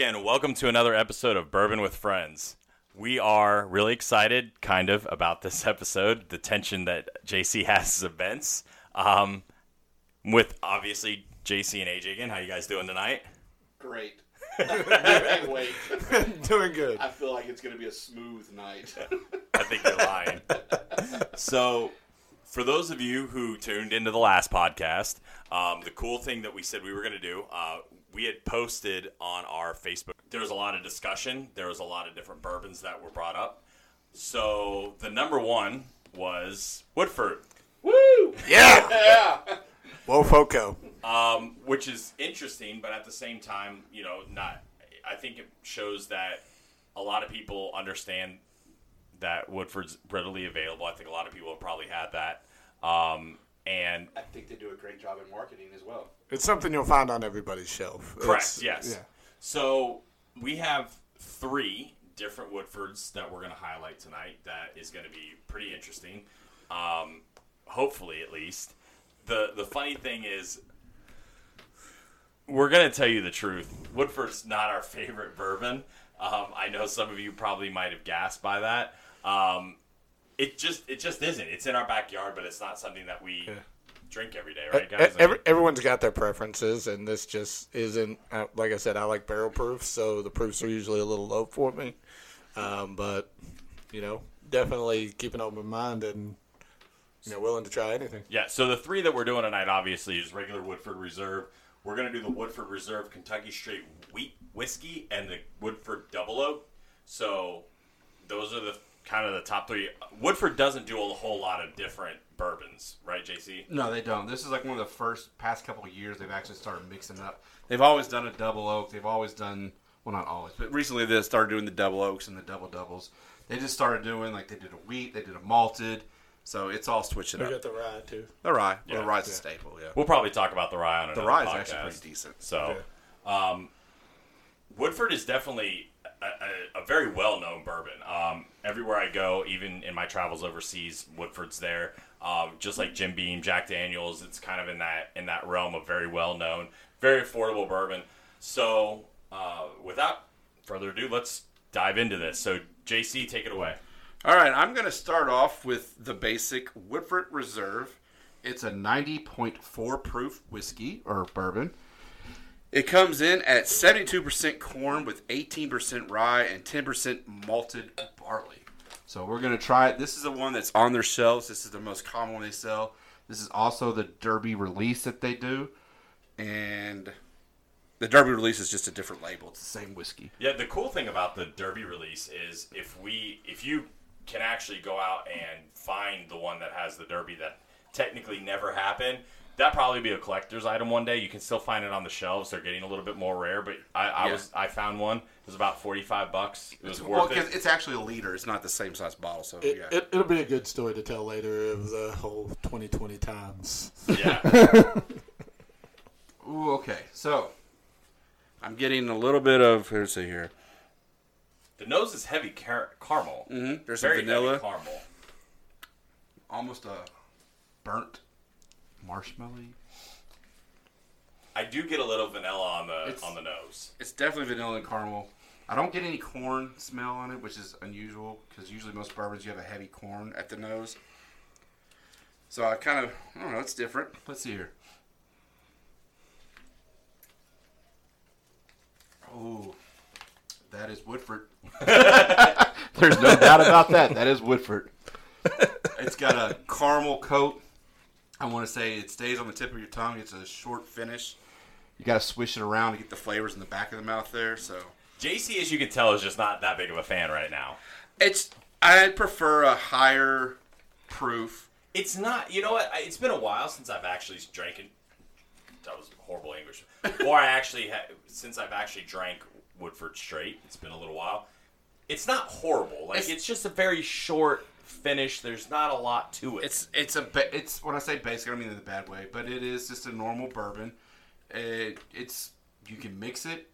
and welcome to another episode of Bourbon with Friends. We are really excited, kind of, about this episode, the tension that JC has as events. Um, with obviously JC and AJ again. How you guys doing tonight? Great. I can't wait. Doing good. I feel like it's going to be a smooth night. I think you're lying. so, for those of you who tuned into the last podcast, um, the cool thing that we said we were going to do, uh, we had posted on our Facebook. There was a lot of discussion. There was a lot of different bourbons that were brought up. So, the number one was Woodford, Woo! Yeah. Yeah. Wofoco. um, which is interesting, but at the same time, you know, not. I think it shows that a lot of people understand that Woodford's readily available. I think a lot of people have probably had that. Um, and I think they do a great job in marketing as well. It's something you'll find on everybody's shelf. Correct. It's- yes. Yeah. So we have three different Woodfords that we're going to highlight tonight. That is going to be pretty interesting. Um, hopefully, at least. the The funny thing is, we're going to tell you the truth. Woodford's not our favorite bourbon. Um, I know some of you probably might have gasped by that. Um, it just it just isn't. It's in our backyard, but it's not something that we drink every day, right, guys? I E- mean- Every, everyone's got their preferences, and this just isn't. uh, Like I said, I like barrel proof, so the proofs are usually a little low for me. Um, but you know, definitely keep an open mind and you know, willing to try anything. Yeah, so the three that we're doing tonight, obviously, is regular Woodford Reserve. We're going to do the Woodford Reserve Kentucky Straight Wheat Whiskey and the Woodford Double Oak. So those are the kind of the top three. Woodford doesn't do a whole lot of different bourbons, right, JC? No, they don't. This is like one of the first past couple of years they've actually started mixing up. They've always done a double oak. They've always done well, not always, but recently they started doing the double oaks and the double doubles. They just started doing like they did a wheat, they did a malted, so it's all switching We up. got the rye too. The rye, Yeah. the rye's a staple. Yeah, We'll probably talk about the rye on the another rye's podcast. actually pretty decent. So, um, Woodford is definitely a, a, a very well known bourbon. Um, everywhere I go, even in my travels overseas, Woodford's there. Um, just like Jim Beam, Jack Daniels, it's kind of in that in that realm of very well known, very affordable bourbon. So, uh, without further ado, let's dive into this. So, JC, take it away. All right, I'm going to start off with the basic Woodford Reserve. It's a 90.4 proof whiskey or bourbon. It comes in at 72% corn with 18% rye and 10% malted barley. So we're going to try it. This is the one that's on their shelves. This is the most common one they sell. This is also the Derby release that they do. And the Derby release is just a different label, it's the same whiskey. Yeah, the cool thing about the Derby release is if we if you can actually go out and find the one that has the Derby that technically never happened, that probably be a collector's item one day. You can still find it on the shelves. They're getting a little bit more rare, but I, I Yeah. was I found one. It was about forty five bucks. It was Well, worth 'cause it. it's actually a liter. It's not the same size bottle. So It, yeah. it, it'll be a good story to tell later of the whole 2020 times. Yeah, Ooh, okay. So I'm getting a little bit of here's see here. the nose is heavy car- caramel. Mm-hmm. There's some Very vanilla, heavy caramel. almost a burnt marshmallow. I do get a little vanilla on the It's- on the nose. It's definitely vanilla and caramel. I don't get any corn smell on it, which is unusual because usually most bourbons you have a heavy corn at the nose. So I kind of I don't know. It's different. Let's see here. Oh, that is Woodford. There's no doubt about that. That is Woodford. It's got a caramel coat. I want to say it stays on the tip of your tongue. It's a short finish. You got to swish it around to get the flavors in the back of the mouth there. So JC, as you can tell, is just not that big of a fan right now. it's I prefer a higher proof. It's not. You know what? I, it's been a while since I've actually drank. it. That was horrible English. or I actually ha- since I've actually drank Woodford Straight. It's been a little while. It's not horrible. Like it's, It's- just a very short finish. There's not a lot to it. It's it's a ba- it's when I say basic, I don't mean in a bad way, but it is just a normal bourbon. It, it's you can mix it.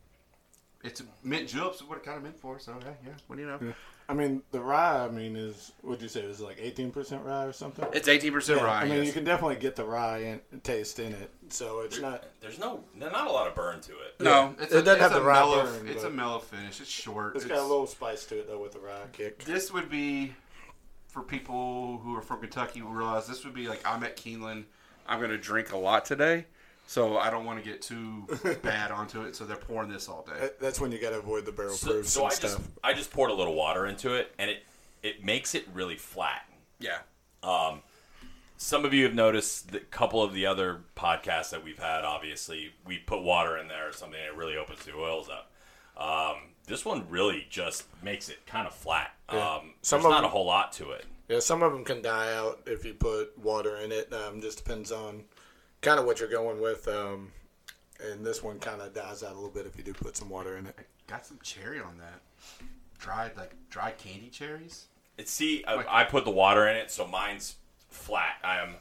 It's mint juleps. What it kind of meant for? So yeah, yeah. What do you know? I mean, the rye. I mean, is what you say it was like eighteen percent rye or something. It's eighteen percent Yeah, rye. I mean, yes. you can definitely get the rye in, taste in it, so it's not. There's no, there's not a lot of burn to it. no, it's It a, doesn't it's have a the rye mellow. burn, it's but- a mellow finish. It's short. It's got a little spice to it though with the rye kick. This would be for people who are from Kentucky who realize this would be like I'm at Keeneland. I'm gonna drink a lot today, so I don't want to get too bad onto it. So they're pouring this all day. That- That's when you got to avoid the barrel So, proofs so I and just, stuff. I just poured a little water into it, and it, it makes it really flat. Yeah, some of you have noticed that a couple of the other podcasts that we've had, obviously, we put water in there or something and it really opens the oils up. Um, this one really just makes it kind of flat. Um, Some there's of not a them- whole lot to it. Yeah, some of them can die out if you put water in it. Um, just depends on kind of what you're going with. Um, and this one kind of dies out a little bit if you do put some water in it. got some cherry on that. Dried like dried candy cherries. It, see, I, I put the water in it, so mine's flat. I am.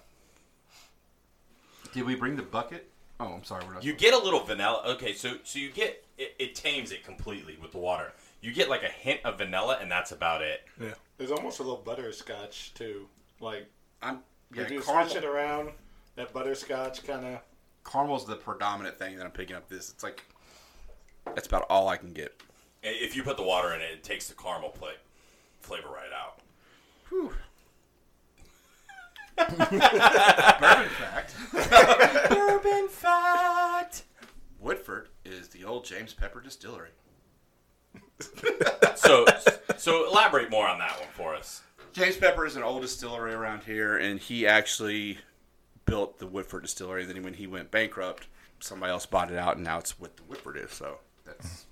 Did we bring the bucket? Oh, I'm sorry. We're not You get a little vanilla. Okay, so so you get it, it tames it completely with the water. You get like a hint of vanilla, and that's about it. Yeah. There's almost a little butterscotch too. Like I'm yeah. if you caramel- switch it around, that butterscotch kind of. caramel's the predominant thing that I'm picking up. This it's like that's about all I can get. I- If you put the water in it, it takes the caramel plate flavor right out. Whew. Bourbon fact: Urban fact. Woodford is the old James Pepper Distillery. so so elaborate more on that one for us. James Pepper is an old distillery around here, and he actually built the Woodford Distillery. Then when he went bankrupt, somebody else bought it out, and now it's what the Woodford is. So that's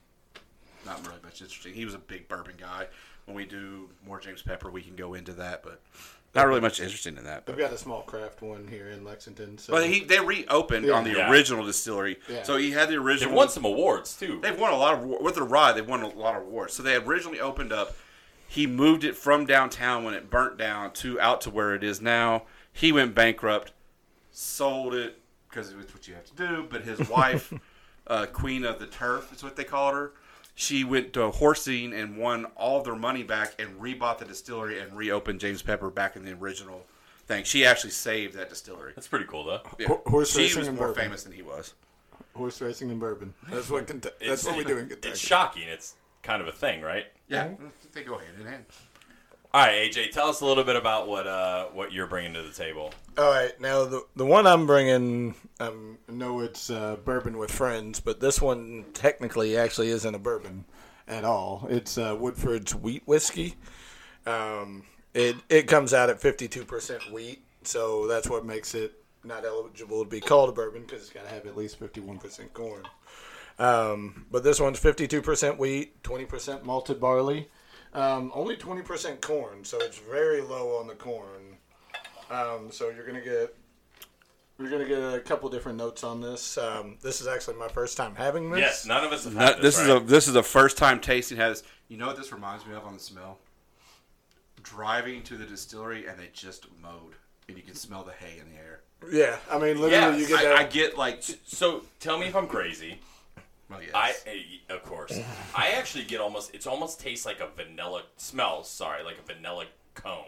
not really much interesting. He was a big bourbon guy. When we do more James Pepper, we can go into that, but not really much interesting in that. We've got a small craft one here in Lexington. So But he, they reopened on the Yeah. original distillery, Yeah. so he had the They original. won some awards too. They've won a lot of war- with the rye. They've won a lot of awards. So they had originally opened up. He moved it from downtown when it burnt down to out to where it is now. He went bankrupt, sold it because it's what you have to do. But his wife, uh, Queen of the Turf, is what they called her. She went to horsing and won all their money back and rebought the distillery and reopened James Pepper back in the original thing. She actually saved that distillery. That's pretty cool though. Yeah. Ho- horse she racing was and more bourbon. famous than he was. horse racing and bourbon. That's what Kentu- that's what we do in Kentucky. It's shocking. It's kind of a thing, right? Yeah, they go hand in hand. All right, AJ, tell us a little bit about what uh, what you're bringing to the table. All right, now the the one I'm bringing, um, I know it's uh, bourbon with friends, but this one technically actually isn't a bourbon at all. It's uh, Woodford's wheat whiskey. Um, it it comes out at 52% wheat, so that's what makes it not eligible to be called a bourbon because it's got to have at least 51% corn. Um, but this one's 52% wheat, 20% malted barley, um, only 20% corn, so it's very low on the corn. Um, so you're gonna get you're gonna get a couple different notes on this. Um, this is actually my first time having this. Yes, none of us have Uh, had this this. is a this is a first time tasting has you know what this reminds me of on the smell driving to the distillery and they just mowed and you can smell the hay in the air Yeah, I mean literally Yes, you get I, that. I get like so tell me if I'm crazy. well, yes. I uh, of course. I actually get almost. It's almost tastes like a vanilla smells. Sorry, like a vanilla cone.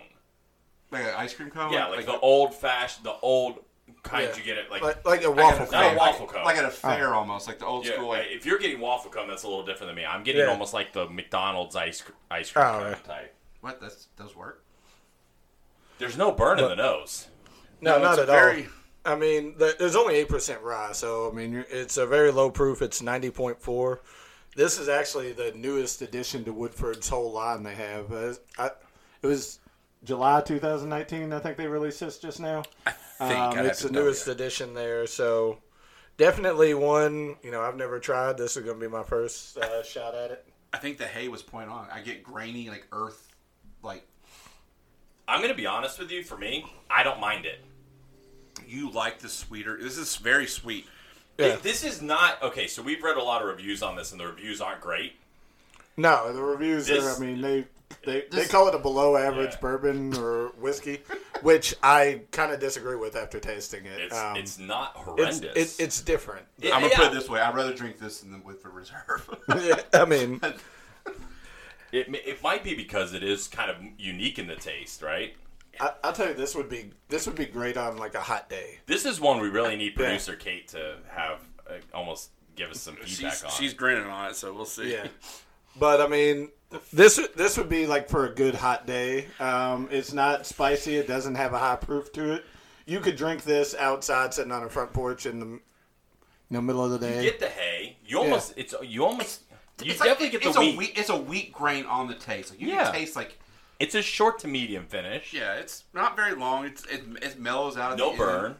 like an ice cream cone Yeah, like, the old fashioned, the old kind Oh, Yeah. you get it like. like, like a like waffle Not a at cone. fair, waffle like, cone. Oh. like at a fair almost like the old yeah, school like, if you're getting waffle cone, that's a little different than me. I'm getting Yeah. almost like the McDonald's ice cr- ice cream Oh, cone right. type. what that's does work There's no burn in the nose. No, No, not it's at very- all. I mean, th- there's only eight percent rye, so I mean, you're, it's a very low proof. It's ninety point four. This is actually the newest addition to Woodford's whole line they have. Uh, I, it was July 2019, I think they released this just now. I think Um, I'd have it's the to double newest check. edition there, so definitely one. You know, I've never tried. This is going to be my first uh, shot at it. I think the hay was point on I get grainy like earth like I'm gonna be honest with you. For me, I don't mind it. you like the sweeter this is very sweet Yeah. This is not okay. So we've read a lot of reviews on this, and the reviews aren't great. No, the reviews This- are. I mean, they They, they call it a below average Yeah. bourbon or whiskey, which I kind of disagree with after tasting it. It's Um, it's not It's horrendous. it, it's different. It- I'm gonna put yeah. it this way: I'd rather drink this than the Woodford Reserve. I mean, It, ma- it might be because it is kind of unique in the taste, right? I, I'll tell you, this would be this would be great on like a hot day. This is one we really need Yeah. producer Kate to have uh, almost give us some feedback she's, on. she's grinning on it, so we'll see. Yeah, but I mean, this this would be like for a good hot day. Um, it's not spicy. It doesn't have a high proof to it. You could drink this outside, sitting on a front porch in the in the middle of the day. get the hay. You almost it's you almost you it's definitely like, get the it's wheat. A wheat. It's a wheat grain on the taste. Like you Yeah. can taste like It's a short to medium finish. yeah, it's not very long. It's it, it mellows out. At the No end. burn.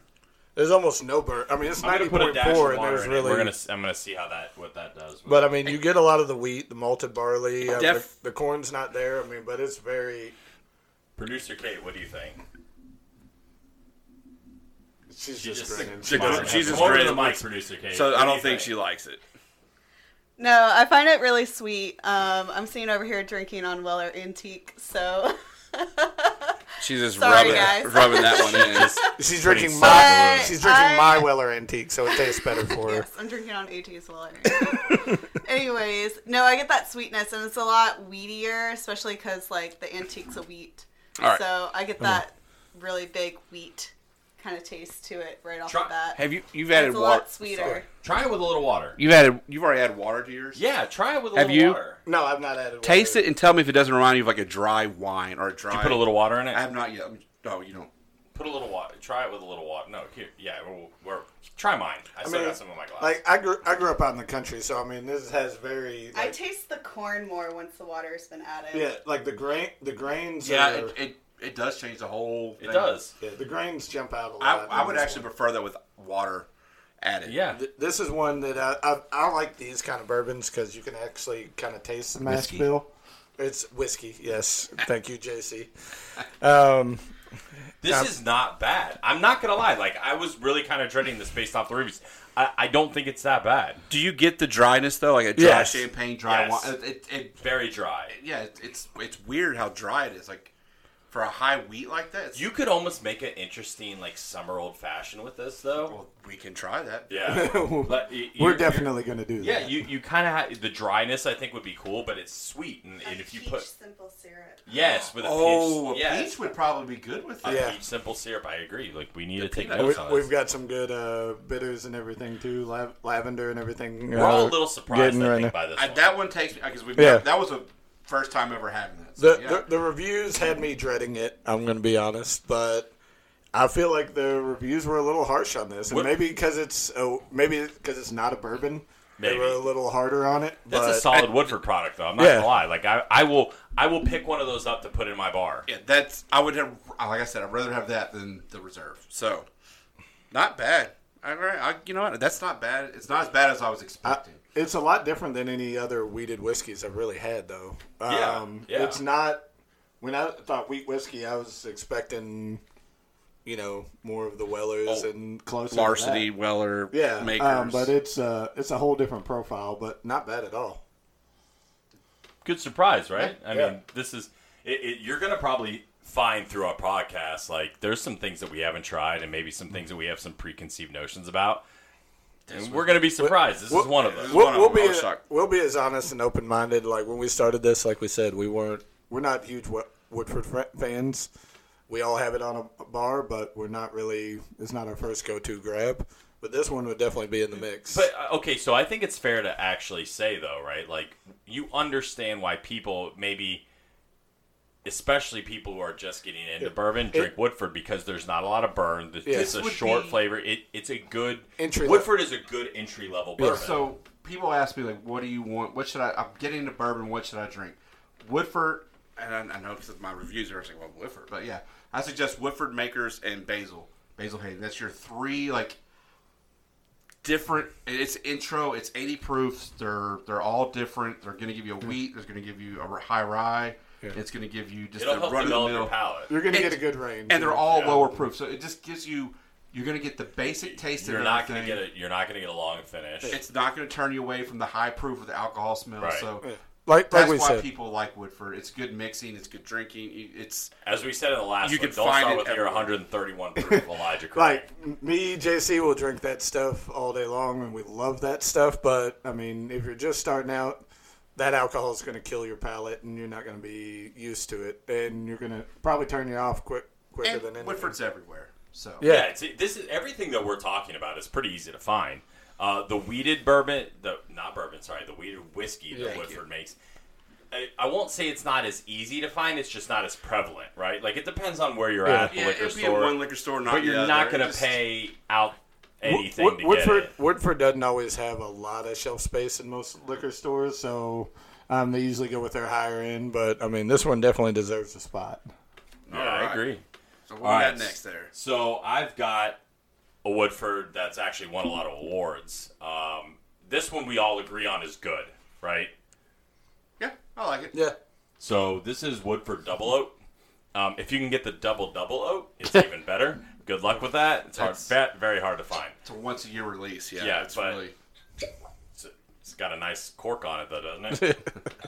There's almost no burn. I mean, it's I'm ninety gonna put a point dash of water four, and there's in it. really. We're gonna. s- I'm gonna see how that what that does. but I mean, you get a lot of the wheat, the malted barley. uh, Def- the, the corn's not there. I mean, but it's very. producer Kate, what do you think? she's She's just just- grinning. she She doesn't goes- she's have Come just to- over to grinning. the mic, producer Kate. So What I do don't you think she likes it. No, I find it really sweet. Um, I'm seen over here drinking on Weller Antique, so. She's just Sorry, rubbing guys. rubbing that one in. She's drinking Pretty my. solid. She's drinking I- my Weller antique, so it tastes better for her. Yes, I'm drinking on AT's Weller. Anyways, no, I get that sweetness, and it's a lot wheatier, especially because like the antique's a wheat, All right. so I get that really big wheat kind of taste to it right off Try- the bat. Have you you've it's added a water? lot sweeter. Try it with a little water. You've added you've already added water to yours. Yeah, try it with a Have little you? water. No, I've not added. Taste it and tell me if it doesn't remind you of like a dry wine or a dry. You put a little water in it. I have not yet. No, you don't. Put a little water. Try it with a little water. No, here. Yeah, we'll, we're try mine. I still mean, got some in my glass. Like I grew, I grew up out in the country, so I mean, this has very. Like, I taste the corn more once the water's been added. yeah, like the grain, the grains. Yeah, are, it, it it does change the whole. it thing. Uh, does. yeah, the grains jump out a I, lot. I in would this actually one. prefer that with water added. Yeah. Th- This is one that I I, I like these kind of bourbons because you can actually kind of taste the mash Whiskey. bill. It's whiskey, yes. Thank you, JC. Um, This is not bad. I'm not gonna lie. Like I was really kind of dreading this based off the reviews. I, I don't think it's that bad. Do you get the dryness though, like a dry Yes. champagne, dry Yes. wine? It, it, it, Very dry. yeah, it, it's it's weird how dry it is. Like for a high wheat like that, it's, You could almost make an interesting like summer old fashioned with this though. well, we can try that. Yeah, But you- you- we're definitely going to do that. Yeah, you you kind of ha- the dryness I think would be cool, but it's sweet and, and if you put simple syrup. yes with a Oh, peach, a yes, peach would probably be good with a that. Yeah. peach simple syrup. I agree. Like we need to take peanut notes We, on we've this. got some good uh, bitters and everything too, lav- lavender and everything. uh, We're all a little surprised Getting I right think now. by this. I, one. that one takes me because we Yeah. that was the first time ever having that. So, The, yeah. the, the reviews had me dreading it. I'm going to be honest, but I feel like the reviews were a little harsh on this, and What- maybe because it's oh, maybe because it's not a bourbon, Maybe. they were a little harder on it. That's but a solid Woodford product, though. I'm not Yeah. gonna lie. Like I, I will, I will pick one of those up to put in my bar. yeah, that's I would have, like I said, I'd rather have that than the reserve. So not bad. All right, I, you know what? That's not bad. It's not as bad as I was expecting. It's a lot different than any other weeded whiskeys I've really had, though. Yeah, Um, yeah. It's not. When I thought wheat whiskey, I was expecting, you know, more of the Wellers Oh, and closer Larceny, To Weller, that. Yeah, makers. Um, but it's uh, it's a whole different profile, but not bad at all. Good surprise, right? I Yeah. mean, this is it, it, you're gonna probably find through our podcast. Like there's some things that we haven't tried, and maybe some things that we have some preconceived notions about. And we're gonna be surprised. This is what- one of them. We'll, one of we'll them. I be was shocked. we'll be as honest and open minded. Like when we started this, like we said, we weren't we're not huge Wo- Woodford fr- fans. We all have it on a bar, but we're not really. It's not our first go to grab. But this one would definitely be in the mix. But uh, okay, so I think it's fair to actually say though, right? Like you understand why people maybe especially people who are just getting into bourbon drink Woodford because there's not a lot of burn. It's Yes. a would short be- flavor. It, it's a good Entry Woodford is a good entry level bourbon. So people ask me like, "What do you want? What should I? I'm getting into bourbon. What should I drink?" Woodford, and I, I know because my reviews are saying, "Well, Woodford," but yeah, I suggest Woodford Makers and Basil, Basil Hayden. That's your three like different. It's intro. It's 80 proofs. They're they're all different. They're going to give you a wheat. They's going to give you a high rye. It's going to give you just It'll a help run of the develop your mill palate. You're gonna And- get a good range, and they're all Yeah. lower proof. So it just gives you you're gonna get the basic taste You're of not everything. gonna get a you're not gonna get a long finish. It's not gonna turn you away from the high proof of the alcohol smell. Right. So Like like That's we why said, people like Woodford. It's good mixing. It's good drinking. you- It's As we said in the last You one, can don't find start it with your everywhere. 131 proof Elijah Craig. like me, JC will drink that stuff all day long, and we love that stuff. But I mean, if you're just starting out, that alcohol is going to kill your palate, and you're not going to be used to it, and you're going to probably turn you off quick quicker and than anything. Woodford's everywhere. So Yeah. Yeah, it's, this is everything that we're talking about is pretty easy to find. Uh, the weeded bourbon, the not bourbon, sorry, the weeded whiskey that Thank Woodford makes. I, I won't say it's not as easy to find; it's just not as prevalent, right? Like it depends on where you're at, the Yeah, liquor it'd be in store. one liquor store, not but you're the not other. going to It just- pay out Wo- anything Wo- to Woodford, get it. Woodford doesn't always have a lot of shelf space in most liquor stores, so um, they usually go with their higher end. But I mean, this one definitely deserves a spot. Yeah, Alright. I agree. So what All we right. got next there? So I've got a Woodford that's actually won a lot of awards. Um, this one we all agree on is good, right? Yeah, I like it. Yeah, So this is Woodford Double Oat. Um, if you can get the double double oat, it's even better. Good luck with that. It's hard, ve- very hard to find. It's a once a year release. Yeah, Yeah, it's but- really It's, it's got a nice cork on it, though, doesn't it?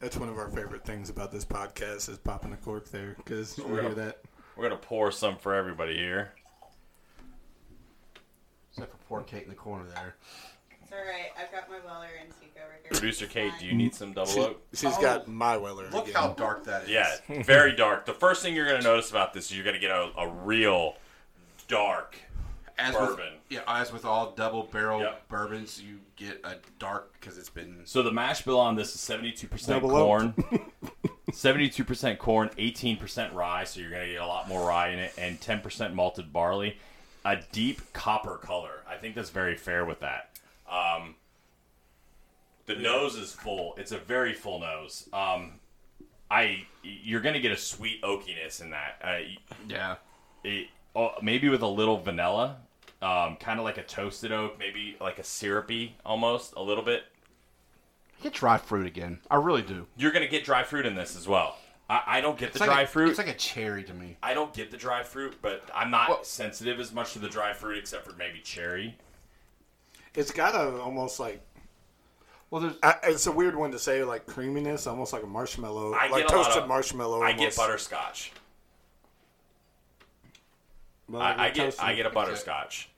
that's one of our favorite things about this podcast is popping a cork there because we we're hear gonna- that. We're gonna pour some for everybody here. except for poor Kate in the corner there. It's all right. I've got my Weller and Antique over here. Producer Kate, do you need some double She, oat? she's Oh, got my Weller. Look again. how dark that is. Yeah, very dark. The first thing you're gonna notice about this is you're gonna get a, a real dark. as bourbon. With, yeah, as with all double barrel Yep. bourbons, you get a dark because it's been So the mash bill on this is 72% Double corn, oat. 72% corn, 18% rye, so you're going to get a lot more rye in it, and 10% malted barley. A deep copper color. I think that's very fair with that. Um, the nose is full. It's a very full nose. Um, I you're going to get a sweet oakiness in that. Uh, yeah. it, oh, maybe with a little vanilla, um, kind of like a toasted oak, maybe like a syrupy almost a little bit. Get dry fruit again. I really do. You're gonna get dry fruit in this as well. I, I don't get the It's like dry a, fruit. It's like a cherry to me. I don't get the dry fruit, but I'm not Well- sensitive as much to the dry fruit except for maybe cherry. it's got a almost like Well, there's I, it's a weird one to say like creaminess, almost like a marshmallow, I like get a lot toasted of- marshmallow. I get almost. butterscotch. But like I, I you're get toasting- I get a butterscotch.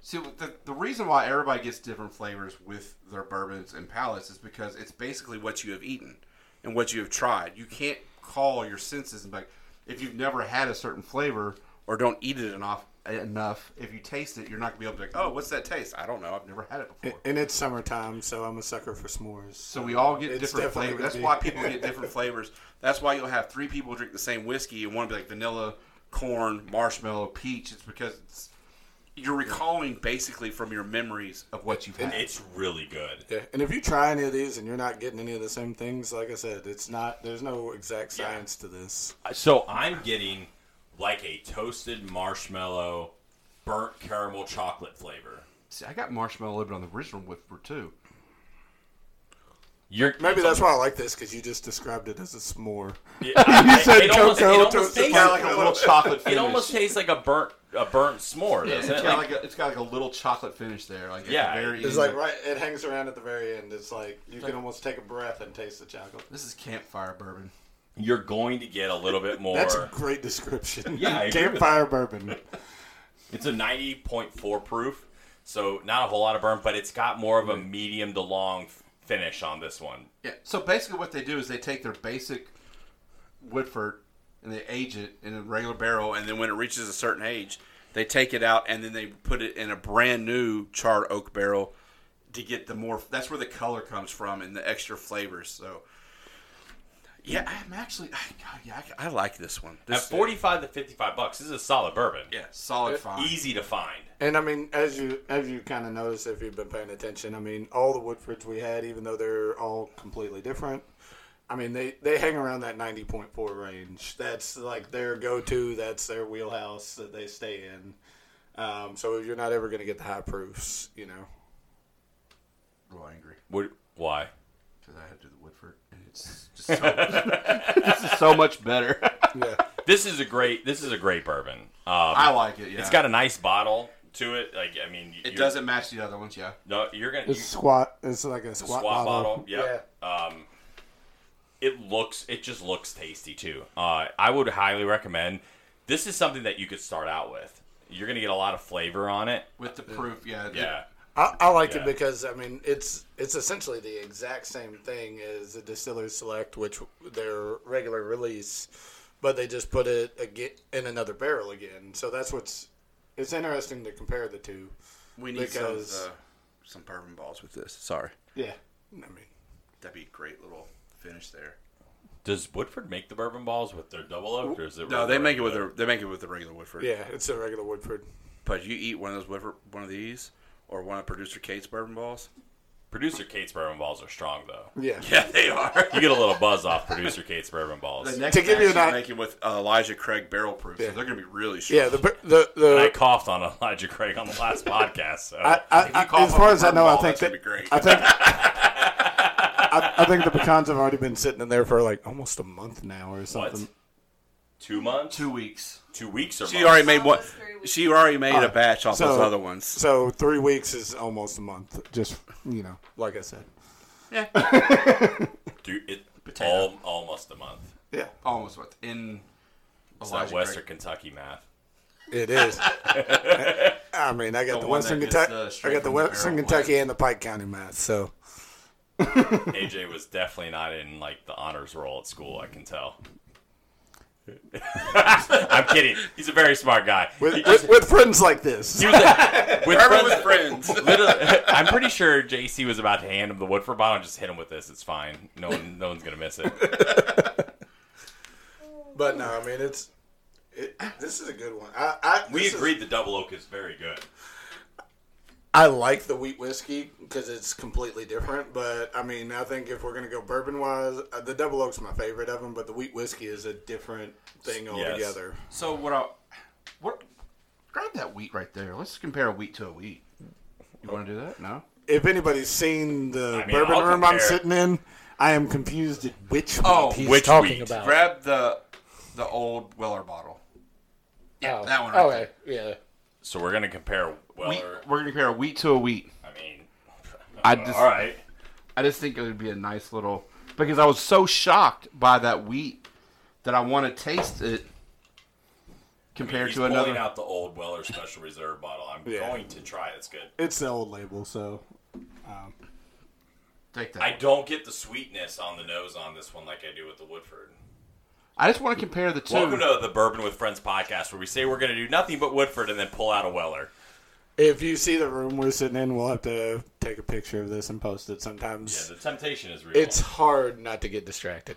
see the the reason why everybody gets different flavors with their bourbons and palates is because it's basically what you have eaten and what you have tried. You can't call your senses and be like if you've never had a certain flavor or don't eat it enough enough. If you taste it, you're not gonna be able to be like, oh, what's that taste? I don't know. I've never had it before. And it's summertime, so I'm a sucker for s'mores. So we all get It's different definitely flavors. That's gonna why be- people get different flavors. That's why you'll have three people drink the same whiskey and one will be like vanilla, corn, marshmallow, peach. It's because it's, you're recalling basically from your memories of what you've had. It's really good. Yeah, and if you try any of these and you're not getting any of the same things, like I said, it's not. There's no exact science to this. So I'm getting like a toasted marshmallow, burnt caramel chocolate flavor. See, I got marshmallow a little bit on the original Whipper too. You're Maybe that's why I like this because you just described it as a s'more. Yeah, I- I- said it almost- cocoa it to- almost to tastes Kind of like a little chocolate finish. It almost tastes like a burnt a burnt s'more, Yeah, doesn't it's it? got Like, like a, it's got like a little chocolate finish there. Like at the Yeah, very It's end, like right. It hangs around at the very end. It's like you can almost take a breath and taste the chocolate. This is campfire bourbon. you're going to get a little bit more. That's a great description. Yeah, I agree with campfire bourbon. It's a 90.4 proof, so not a whole lot of burn, but it's got more of a medium to long f- finish on this one. Yeah. So basically, what they do is they take their basic Woodford and they age it in a regular barrel, and then when it reaches a certain age, they take it out and then they put it in a brand new charred oak barrel to get the more. That's where the color comes from and the extra flavors. So. Yeah, I'm actually. I, God, yeah, I, I like this one. At This 45 to 55 bucks, this is a solid bourbon. yeah, solid fine. Easy to find. And I mean, as you as you kind of noticed if you've been paying attention, I mean, all the Woodfords we had, even though they're all completely different, I mean, they they hang around that ninety point four range. That's like their go to. That's their wheelhouse that they stay in. Um, so you're not ever going to get the high proofs, you know. Real angry What, why? because I had to do the Woodford, and it's just so, this is so much better. Yeah, This is a great. This is a great bourbon. Um, I like it. Yeah, It's got a nice bottle to it. Like I mean, It you're- doesn't match the other ones, yeah. No, you're gonna It's squat. It's like a squat, squat bottle. bottle. Yep. Um, it looks, it just looks tasty too. Uh, I would highly recommend. This is something that you could start out with. You're gonna get a lot of flavor on it. With the proof, yeah. Yeah. I, I like Yeah. it because I mean it's it's essentially the exact same thing as the Distillers Select, which their regular release, but they just put it again in another barrel again. So that's what's it's interesting to compare the two. We need Because- some, uh, some bourbon balls with this. Sorry. Yeah, I mean That'd be a great little finish there. Does Woodford make the bourbon balls with their double oak, or is it No, they regular make it with oak? their they make it with the regular Woodford. yeah, it's a regular Woodford. But you eat one of those Woodford, one of these, or one of producer Kate's bourbon balls. producer Kate's bourbon balls are strong though. Yeah, Yeah, they are. You get a little buzz off producer Kate's bourbon balls. The next To to give you an i- making with uh, Elijah Craig barrel proof, Yeah. so they're going to be really strong. yeah. The bur- the the And I coughed on Elijah Craig on the last podcast. So. I, I, If you I, cough as on far a as I bourbon know, I ball, think that's gonna that, be great. I think I, I think the pecans have already been sitting in there for like almost a month now or what? something. Two months? Two, Two weeks. weeks or She months? already made one. Almost three weeks. She already made a batch off so- those other ones. So three weeks is almost a month. Just you know, like I said. Dude, it, Potato. all, almost a month. Yeah, Almost what in It's Elijah that Western Craig. Kentucky math. it is. I mean, I got the, The one Western that Kentucky, gets, uh, I straight got the from the Western barrel, Kentucky and the Pike County math. So AJ was definitely not in like the honors roll at school. I can tell. I'm kidding. He's a very smart guy. He with, just- with, with friends like this, he was a- with Bourbon friends- with friends. literally- I'm pretty sure JC was about to hand him the Woodford bottle and just hit him with this. It's fine. No one, no one's gonna miss it. but no, I mean it's. It, this is a good one. I, I We this is- agreed the double oak is very good. I like the wheat whiskey because it's completely different. But I mean, I think if we're gonna go bourbon wise, uh, the double oak's my favorite of them. But the wheat whiskey is a different thing altogether. So what? I, what? Grab that wheat right there. Let's compare a wheat to a wheat. You want to do that? No. If anybody's seen the I mean, bourbon I'll room I'm compare it. sitting in, I am confused at which wheat Oh, he's which talking wheat? about. Grab the the old Weller bottle. Yeah, Oh, that one. Right okay. okay, yeah. So we're gonna compare Wheat, Weller. we're gonna compare a wheat to a wheat. I mean, I just, all right. I just think it would be a nice little because I was so shocked by that wheat that I want to taste it compared He's to pulling another. out the old Weller Special Reserve bottle. I'm Yeah. going to try. it. It's good. It's the old label, so Take that. I I, don't get the sweetness on the nose on this one like I do with the Woodford. just want to compare the two. Welcome to the Bourbon with Friends podcast, where we say we're going to do nothing but Woodford and then pull out a Weller. if you see the room we're sitting in, we'll have to take a picture of this and post it. Yeah, Sometimes the temptation is real. it's hard not to get distracted.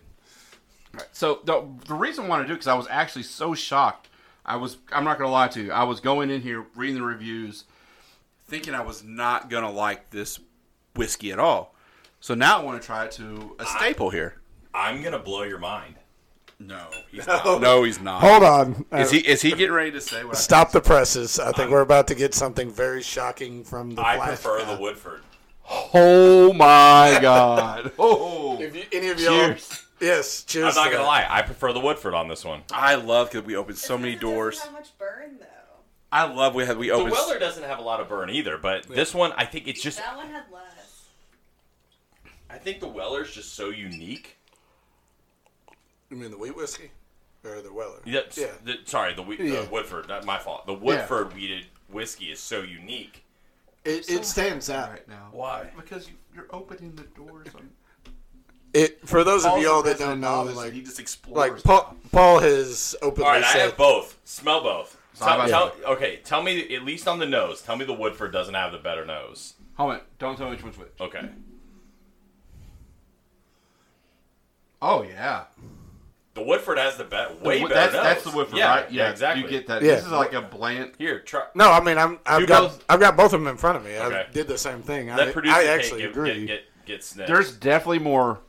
So the the reason I want to do it because I was actually so shocked. I was I'm not gonna lie to you. I was going in here reading the reviews, thinking I was not gonna like this whiskey at all. So now I want to try it to a staple here. I'm going to blow your mind. No, he's not. No, he's not. Hold on, Uh, Is he is he getting ready to say what? I, Stop the presses. I think we're about to get something very shocking from the I flash prefer guy. the Woodford. oh my god! Oh, If you, any of y'all, cheers! yes, cheers. I'm not to going to uh, lie. that. I prefer the Woodford on this one. I love because we opened so many It doesn't doors. have much burn though. I love we had we The opened. Weller doesn't have a lot of burn either, but this one, I think it's just. That one had less. I think the Weller's just so unique. You mean the wheat whiskey or the Weller? Yeah. Yeah. The, sorry, the, Whe- Yeah. the Woodford. Not my fault. The Woodford weeded whiskey is so unique. It, it stands out. right now. Why? Because you, you're opening the doors. On It for those of Paul's y'all the that don't resident know, novice, like he just explores. like Paul, Paul has openly All right, I said have both. Smell both. Side Tell, by tell, okay, tell me at least on the nose. Tell me the Woodford doesn't have the better nose. Hold on, don't tell me which one's which. Okay. Oh yeah, The Woodford has the bet way The- better that's, nose. that's the Woodford, yeah, right? Yeah, exactly. You get that. Yeah. This is like a bland. Here, try. No, I mean I'm I've Who got goes- I've got both of them in front of me. I Okay. did the same thing. Let I, producer I Kate actually give, agree. Get, get, get snipped. There's definitely more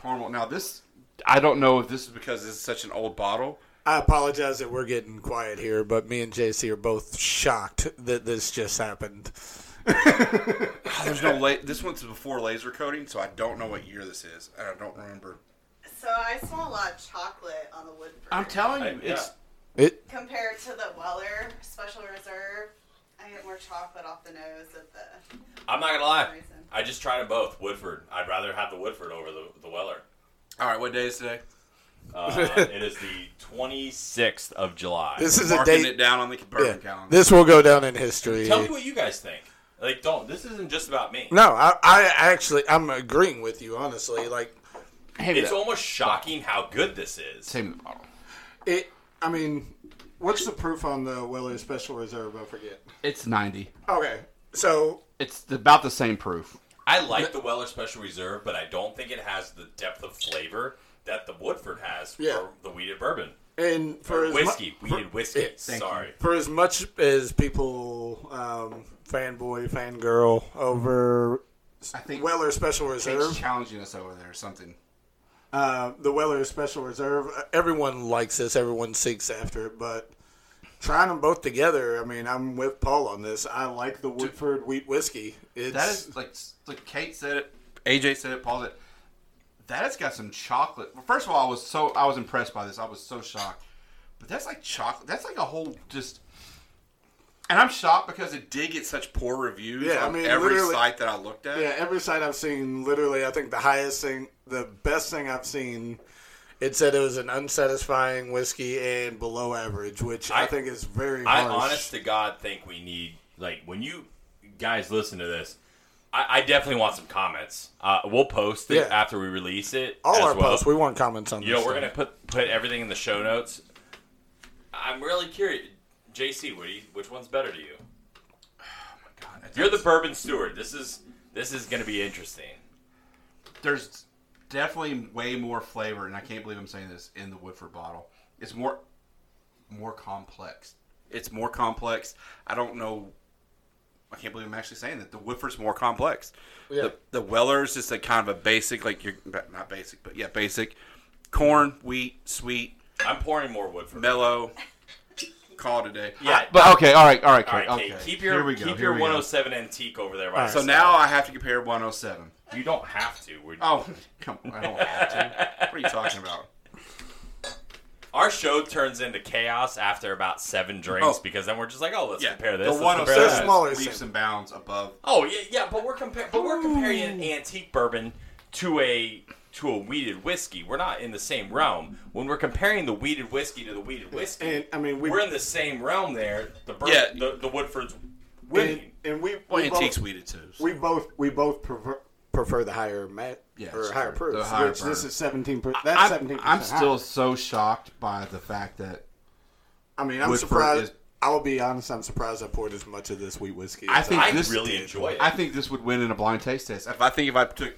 caramel. Now this, I don't know if this is because this is such an old bottle. I apologize that we're getting quiet here, but me and JC are both shocked that this just happened. There's no la- this one's before laser coating, so I don't know what year this is, and I don't remember. So I smell a lot of chocolate on the Woodford I'm telling Hey, you, yeah. it's It compared to the Weller Special Reserve. I get more chocolate off the nose of the. I'm not gonna Uh, lie. Reason. I just tried them both. Woodford. I'd rather have the Woodford over the, the Weller. All right, what day is today? Uh, it is the 26th of July. This is a Marking date. it down on the yeah, bourbon calendar. this will go down in history. Tell me what you guys think. Like, don't. This isn't just about me. No, I, I actually I'm agreeing with you honestly. Like It's almost shocking how good this is. Same in the bottle. it. I mean, what's the proof on the Weller Special Reserve? I forget. It's ninety. Okay, so It's about the same proof. I like the Weller Special Reserve, but I don't think it has the depth of flavor that the Woodford has Yeah. for the weeded bourbon. and for as mu- whiskey. weeded whiskey. Thank you. Sorry. for as much as people um, fanboy fangirl over I think Weller Special Kate's Reserve, challenging us over there or something. uh, the Weller Special Reserve, uh, everyone likes this, everyone seeks after it, but trying them both together, I mean, I'm with Paul on this. I like the Woodford Wheat Whiskey. It's That is like like Kate said it, AJ said it, Paul said it. That has got some chocolate. Well, first of all, I was so I was impressed by this. I was so shocked. But that's like chocolate. That's like a whole just. And I'm shocked because it did get such poor reviews Yeah, I on mean, every literally- site that I looked at. yeah. Every site I've seen, literally, I think the highest thing, the best thing I've seen. It said it was an unsatisfying whiskey and below average, which I, I- think is very I harsh. honest to God think we need like when you guys listen to this, I, I definitely want some comments. Uh, we'll post it Yeah. after we release it. All as our well. posts, we want comments on You this. know, we're stuff. gonna put put everything in the show notes. I'm really curious, JC. What do you, which one's better to you? God, that- You're the bourbon steward. This is this is gonna be interesting. there's definitely way more flavor, and I can't believe I'm saying this in the Woodford bottle. It's more more complex. It's more complex. I don't know. I can't believe I'm actually saying that. The Woodford's more complex. The, the Weller's just a kind of a basic, like you're not basic, but yeah, basic corn, wheat, sweet, I'm pouring more wood for mellow. Call it a day. Yeah. but okay, all right, all right, All right, okay. Kate, keep Here your we go, keep here your we go. 107 antique over there. By So yourself. now I have to compare 107. you don't have to. We're, Oh, come on! I don't have to. What are you talking about? Our show turns into chaos after about seven drinks Oh. because then we're just like, oh, let's Yeah, compare this. The let's one compare They're that. smaller leaps sample. and bounds above. Oh yeah, yeah, but we're comparing, but we're comparing an antique bourbon to a to a weeded whiskey. We're not in the same realm. When we're comparing the weeded whiskey to the weeded whiskey, And I mean, we we're in the same realm there. The bourbon, Yeah. the, the Woodford's and, winning. and we Well, we antiques both, weeded too. so- we both we both prefer prefer the higher mat Yeah, it's or higher true. proof, The higher which this burn. is seventeen. percent. I'm- That's seventeen. I'm still so shocked by the fact that I mean, I'm Woodford surprised. is- I'll be honest. I'm surprised I poured as much of this wheat whiskey. uh, I as think I this really enjoy it. I think this would win in a blind taste test. If I think if I took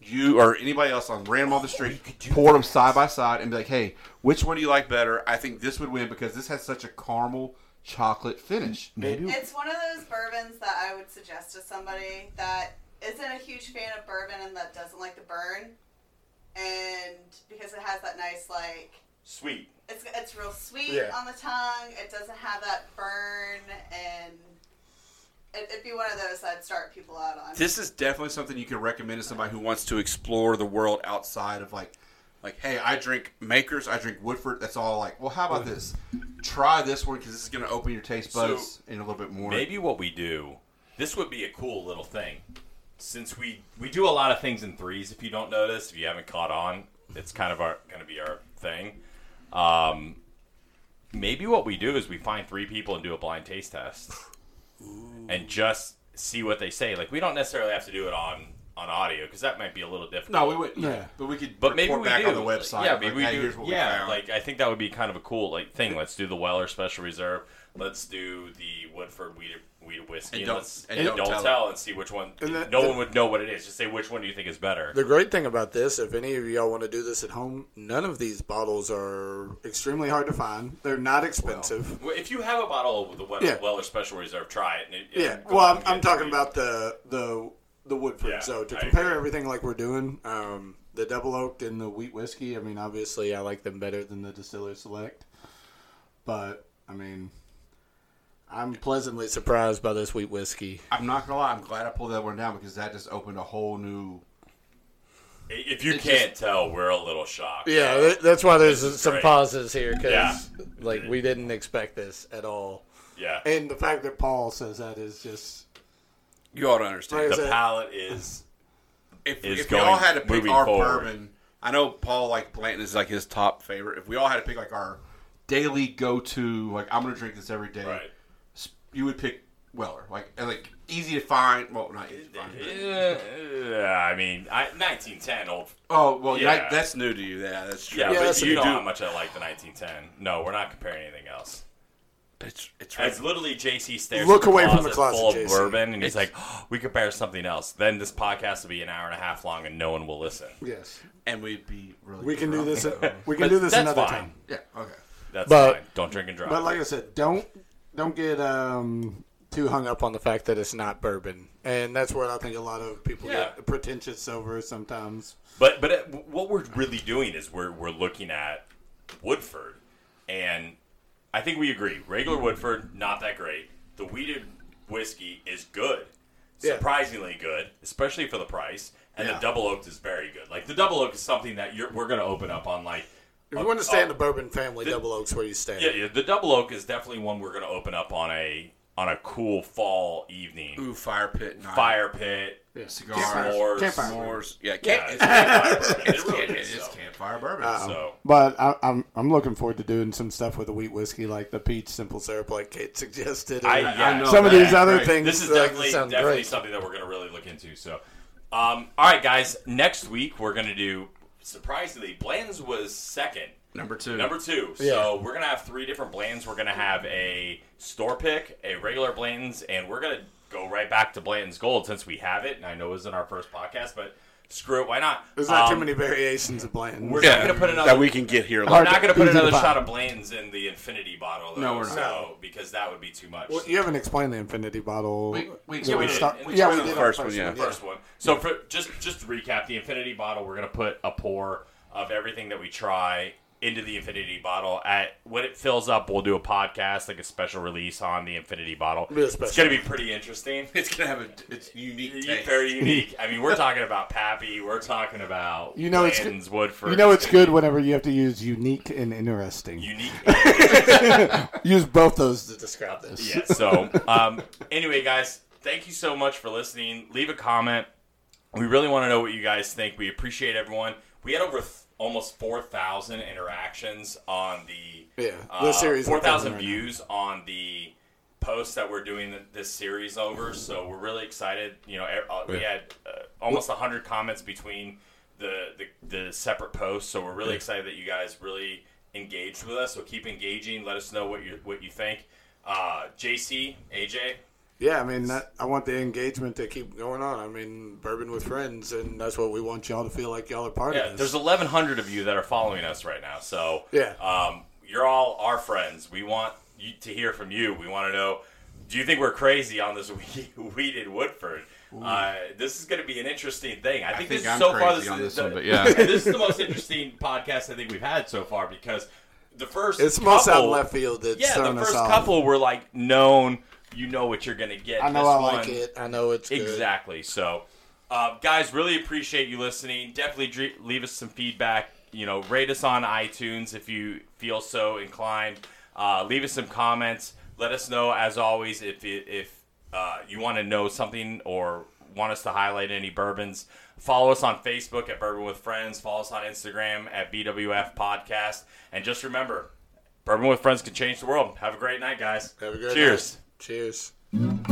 you or anybody else on random Oh, off the street, poured them side by side, and be like, "Hey, which one do you like better?" I think this would win because this has such a caramel chocolate finish. Maybe It's one of those bourbons that I would suggest to somebody that isn't a huge fan of bourbon and that doesn't like the burn, and because it has that nice like Sweet. it's it's real sweet Yeah. on the tongue. It doesn't have that burn, and it, it'd be one of those I'd start people out on. this is definitely something you can recommend to somebody who wants to explore the world outside of like like hey i drink makers i drink woodford that's all like well how about this try this one because this is going to open your taste So, buds in a little bit more Maybe what we do, this would be a cool little thing. Since we we do a lot of things in threes, if you don't notice, if you haven't caught on, it's kind of our going to be our thing. Um, maybe what we do is we find three people and do a blind taste test, and just see what they say. Like we don't necessarily have to do it on on audio because that might be a little difficult. no we wouldn't Yeah. but we could But maybe report we back do. on the website Yeah, maybe like, hey, we here's do. what we Yeah, found. like I think that would be kind of a cool like thing. Let's do the Weller Special Reserve. Let's do the Woodford Wheat Wheat Whiskey. And And don't- let's and and don't don't, tell tell, and see which one. And that- no the- one would know what it is. Just say which one do you think is better. The great thing about this, if any of y'all want to do this at home, none of these bottles are extremely hard to find. They're not expensive. Well, if you have a bottle of the Weller, Yeah. Weller Special Reserve, try it. And it yeah. it'll go Well, out I'm, and I'm get talking it. about the the the Woodford. Yeah, so to I compare agree. everything like we're doing, um, the double oaked and the wheat whiskey. I mean, obviously, I like them better than the Distiller Select, but I mean, I'm pleasantly surprised by this wheat whiskey. i'm not gonna lie i'm glad i pulled that one down because that just opened a whole new If you It's can't tell, we're a little shocked. Yeah, th- that's why there's This is some great. pauses here because Yeah. like we didn't expect this at all. Yeah. And the fact that Paul says that is just You ought to understand. Right. the is it- palate is if is if we all going- had to pick moving our forward. bourbon, I know Paul like Blanton is like his top favorite. If we all had to pick like our daily go to, like I'm gonna drink this every day, right. s- you would pick Weller, like and like easy to find. Well, not easy to find. but- Yeah, I mean, I, 1910 old. Oh well, yeah, Yeah. that's new to you. Yeah, that's true. Yeah, Yeah, but that's a you good know one. how much I like the 1910. No, we're not comparing anything else. It's it's right. It's literally JC stares. Look at the away from the closet, full of JC. bourbon, and he's like, "Oh, "We compare something else." Then this podcast will be an hour and a half long, and no one will listen. yes. and we'd be really. We can do drunk. this. We But can do this that's another fine. time. Yeah. Okay. That's But- fine. Don't drink and drive. But like I said, don't don't get um, too hung up on the fact that it's not bourbon, and that's where I think a lot of people Yeah. get pretentious over sometimes. But but it, what we're really doing is we're we're looking at Woodford, and I think we agree. Regular Woodford, not that great. The weeded whiskey is good, Yeah. surprisingly good, especially for the price. And Yeah. the double oaked is very good. Like the double oak is something that you're we're gonna open up on. Like If you want to stay in the bourbon family, Double Oaks, where you stay. Oh, yeah, yeah, the double oak is definitely one we're gonna open up on a on a cool fall evening, Ooh, fire pit, night, fire pit, cigars, s'mores. Campfire. s'mores. Yeah, Yeah, can't, it's campfire bourbon. It it's, really can't, is, it's so. campfire bourbon. Uh, So Um, But I, I'm I'm looking forward to doing some stuff with the wheat whiskey, like the peach simple syrup, like Kate suggested. I, and yeah, know some of that. these other Right. things. this is uh, definitely sound definitely great. something that we're going to really look into. So, um, all right, guys, next week we're going to do surprisingly Bland's was second, number two. number two. So we're going to have three different Bland's. We're going to have a store pick, a regular Bland's, and we're going to go right back to Bland's Gold since we have it. And I know it was in our first podcast, but screw it, why not? There's not Um, too many variations of bland. We're Yeah, not going to put another. that we can get here. we're Like, Hard not to- going to put easy to another buy. shot of Bland's in the infinity bottle, though, No, we're not. so, because that would be too much. Well, you haven't explained the infinity bottle. We- we- that yeah, we did. start- We yeah, started we on did the on first one, yeah. yeah. first one. So for just just to recap, the infinity bottle, we're gonna put a pour of everything that we try into the infinity bottle. At when it fills up, we'll do a podcast, like a special release on the infinity bottle. Be a special It's gonna be pretty interesting. it's gonna have a it's unique. Taste. Very unique. I mean, we're talking about Pappy. We're talking about You know it's good- Bland's Woodford. You know it's good whenever you have to use unique and interesting. Unique. Use both those to describe this. yeah. So, um, anyway, guys, thank you so much for listening. Leave a comment. We really want to know what you guys think. We appreciate everyone. We had over th- almost 4,000 interactions on the Yeah, the series we're 4,000 covering right Uh, views on the post that we're doing th- this series over. So we're really excited. You know, e- uh, we had uh, almost 100 comments between the, the the separate posts. So we're really excited that you guys really engaged with us. So keep engaging. Let us know what you what you think. Uh, JC, AJ, Yeah, I mean, that, I want the engagement to keep going on. I mean, bourbon with friends, and that's what we want y'all to feel like y'all are part Yeah, of this. there's 1,100 of you that are following us right now. So Yeah. um, you're all our friends. We want you to hear from you. We want to know. Do you think we're crazy on this we- weeded Woodford? Uh, this is going to be an interesting thing. I think, think this I'm is so far crazy this, on is this the, one, but yeah. this is the most interesting podcast I think we've had so far because the first it's most out of couple- left field that's Yeah, thrown the first us off. couple were like known. You know what you're going to get. I know This I one, like it. I know it's good. Exactly. So, uh, guys, really appreciate you listening. Definitely dre- leave us some feedback. You know, rate us on iTunes if you feel so inclined. Uh, leave us some comments. Let us know, as always, if you- if uh, you want to know something or want us to highlight any bourbons. Follow us on Facebook at Bourbon with Friends. Follow us on Instagram at BWF Podcast. And just remember, Bourbon with Friends can change the world. Have a great night, guys. Have a good Cheers. night. Cheers. Thank